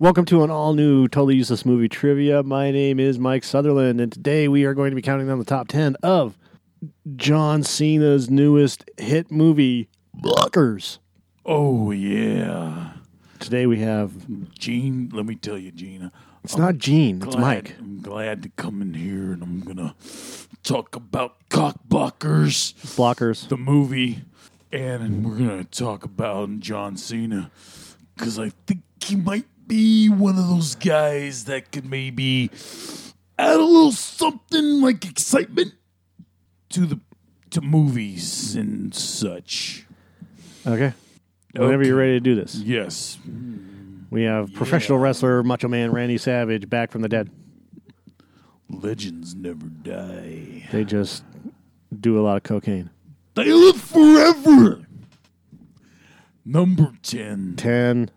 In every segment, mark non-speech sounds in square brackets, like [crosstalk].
Welcome to an all new Totally Useless Movie Trivia. My name is Mike Sutherland, and today we are going to be counting down the top 10 of John Cena's newest hit movie, Blockers. Oh yeah, Today we have, Gene. Let me tell you, Gina. it's not Gene, it's glad- Mike. I'm glad to come in here, and I'm gonna talk about cock blockers, Blockers. the movie, and we're gonna talk about John Cena because I think he might be one of those guys that could maybe add a little something like excitement to the to movies and such. Okay. Whenever you're ready to do this, Yes. we have professional wrestler Macho Man Randy Savage back from the dead. Legends never die. They just do a lot of cocaine. They live forever. Number 10. 10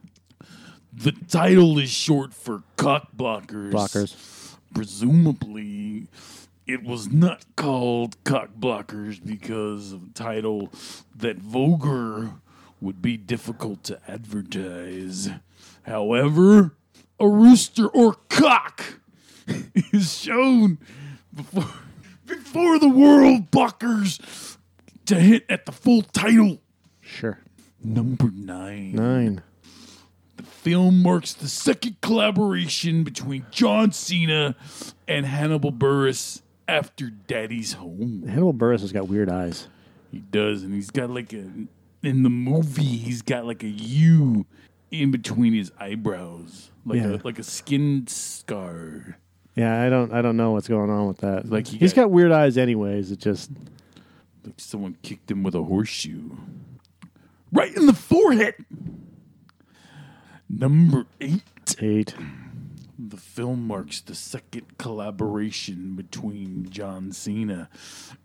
The title is short for cock blockers. blockers. Presumably, it was not called cock blockers because of the title that vulgar would be difficult to advertise. However, a rooster or cock [laughs] is shown before, before the world blockers to hit at the full title. Sure. Number nine. 9. Film marks the second collaboration between John Cena and Hannibal Burris after Daddy's Home. Hannibal Burris has got weird eyes. He does, and he's got like a in the movie he's got like a U in between his eyebrows, like Yeah. a like a skin scar. Yeah, I don't I don't know what's going on with that. Like Like he he has got- got weird eyes anyways. It just Like someone kicked him with a horseshoe. Right in the forehead. Number eight. eight. The film marks the second collaboration between John Cena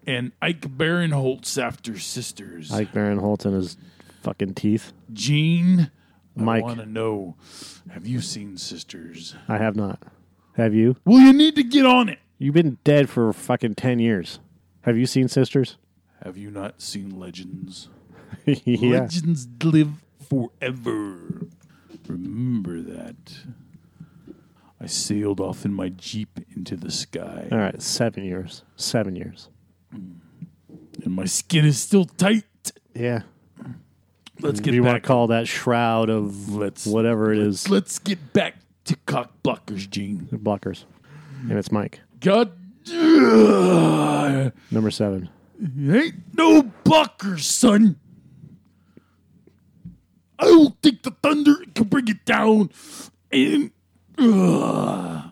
and Ike Barinholtz after Sisters. Ike Baron Holt and his fucking teeth. Gene, Mike. I want to know, have you seen Sisters? I have not. Have you? Well, you need to get on it. You've been dead for fucking ten years. Have you seen Sisters? [laughs] Have you not seen Legends? yeah. Legends live forever. Remember that. I sailed off in my Jeep into the sky, All right, seven years. Seven years. and my skin is still tight. Yeah. Let's Do get you want back. to call that shroud of Let's- whatever it is Let's get back to cock blockers, Gene. blockers? And it's Mike. God, Ugh. Number seven. ain't no blockers, son. I don't think the thunder can bring it down. And Ugh.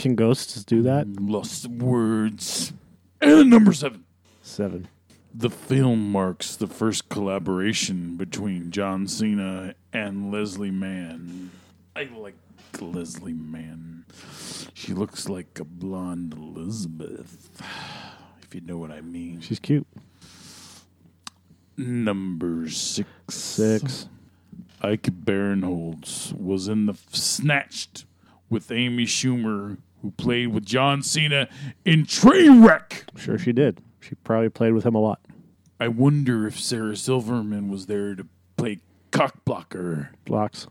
Can ghosts do that? lost words. And number seven. Seven. The film marks the first collaboration between John Cena and Leslie Mann. I like Leslie Mann. She looks like a blonde Elizabeth, if you know what I mean. She's cute. Number six. Six. Ike Barinholtz was in the f- Snatched with Amy Schumer, who played with John Cena in Trainwreck. Sure she did. She probably played with him a lot. I wonder if Sarah Silverman was there to play cockblocker. Blocks.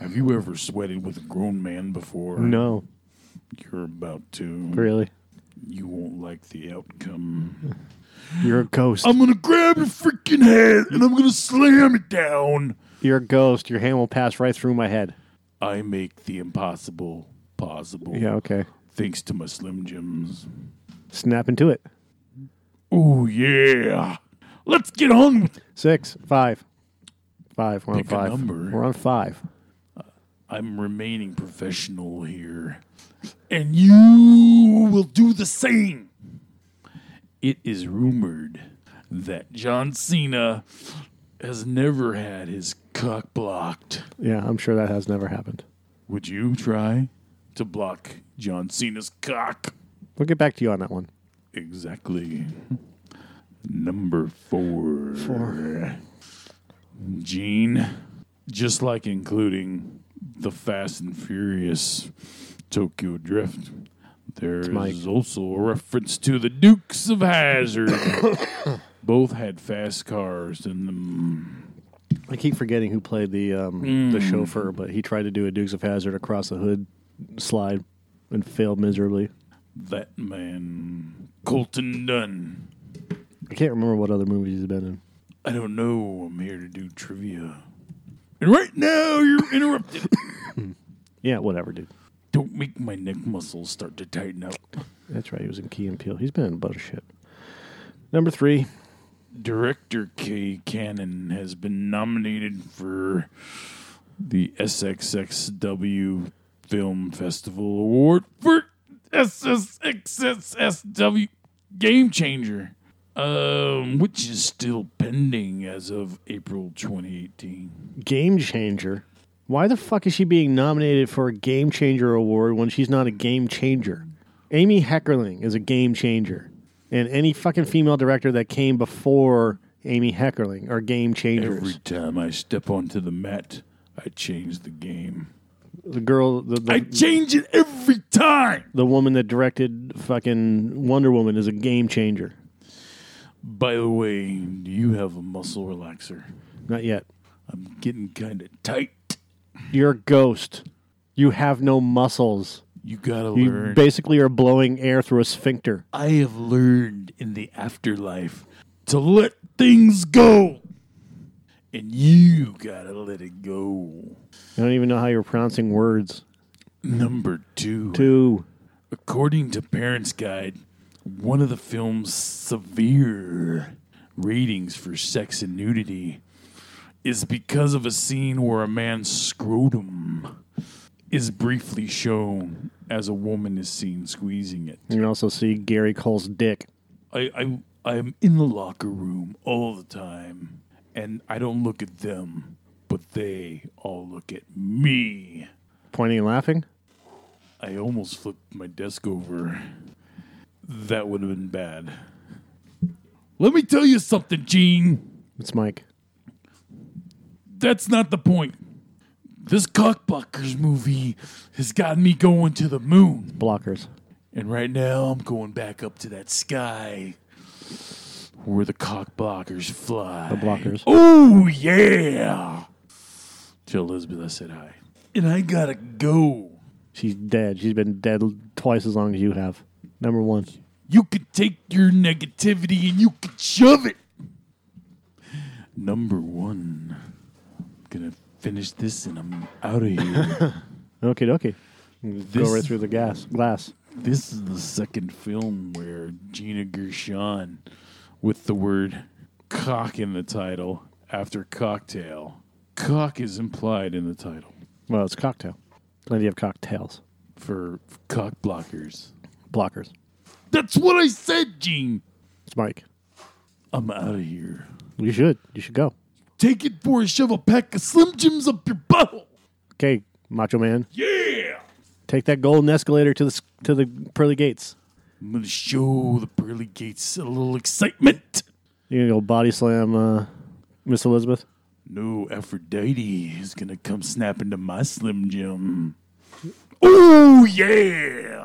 Have you ever sweated with a grown man before? No, You're about to. really. You won't like the outcome. You're a ghost. I'm gonna grab your freaking head and I'm gonna slam it down. You're a ghost. Your hand will pass right through my head. I make the impossible possible. Yeah, okay. Thanks to my Slim Jims. Snap into it. Oh yeah. Let's get on with it. Six, five, five. We're on Pick a five. number. We're on five. I'm remaining professional here. And you will do the same. It is rumored that John Cena has never had his cock blocked. Yeah, I'm sure that has never happened. Would you try to block John Cena's cock? We'll get back to you on that one. Exactly. Number four. Four. Gene, just like including the Fast and Furious Tokyo Drift, there Mike. is also a reference to the Dukes of Hazard. Both had fast cars in them. I keep forgetting who played the um, the Hmm. chauffeur, but he tried to do a Dukes of Hazard across the hood slide and failed miserably. That man, Colton Dunn. I can't remember what other movies he's been in. I don't know. I'm here to do trivia. And right now, you're interrupted. Yeah, whatever, dude. don't make my neck muscles start to tighten up. That's right. He was in Key and Peele. He's been in a bunch of shit. Number three. Director Kay Cannon has been nominated for the SXSW Film Festival Award for SSXSSW Game Changer, um, which is still pending as of April 2018. Game Changer. Why the fuck is she being nominated for a Game Changer award when she's not a game changer? Amy Heckerling is a game changer. And any fucking female director that came before Amy Heckerling are game changers. Every time I step onto the mat, I change the game. the girl, the, the, I change it every time the woman that directed fucking Wonder Woman is a game changer. By the way, do you have a muscle relaxer? Not yet. I'm getting kind of tight. You're a ghost. You have no muscles. You gotta You learn. basically are blowing air through a sphincter. I have learned in the afterlife to let things go. And you gotta let it go. I don't even know how you're pronouncing words. Number two. Two. According to Parents Guide, one of the film's severe ratings for sex and nudity is because of a scene where a man's scrotum is briefly shown as a woman is seen squeezing it. You can also see Gary Cole's dick. I, I I'm in the locker room all the time, and I don't look at them, but they all look at me. Pointing and laughing? I almost flipped my desk over. That would have been bad. Let me tell you something, Gene. It's Mike. That's not the point. This Cockblockers movie has got me going to the moon. Blockers. And right now, I'm going back up to that sky where the Cockblockers fly. The blockers. Oh yeah. Tell Elizabeth I said hi. And I gotta go. She's dead. She's been dead l- twice as long as you have. Number one. You can take your negativity and you can shove it. Number one. I'm gonna finish this and I'm out of here. [laughs] Okay, okay. This- Go right through the gas glass. this is the second film where Gina Gershon with the word cock in the title after cocktail. Cock is implied in the title Well, it's cocktail. Plenty of cocktails. for cock blockers. Blockers. That's what I said, Gene. It's Mike. I'm out of here. You should. You should go. Take it for a shove a pack of Slim Jims up your butthole. Okay, Macho Man. Yeah. Take that golden escalator to the s- to the pearly gates. I'm gonna show the pearly gates a little excitement. You gonna go body slam uh, Miss Elizabeth? No Aphrodite is gonna come snap into my Slim Jim. Oh yeah.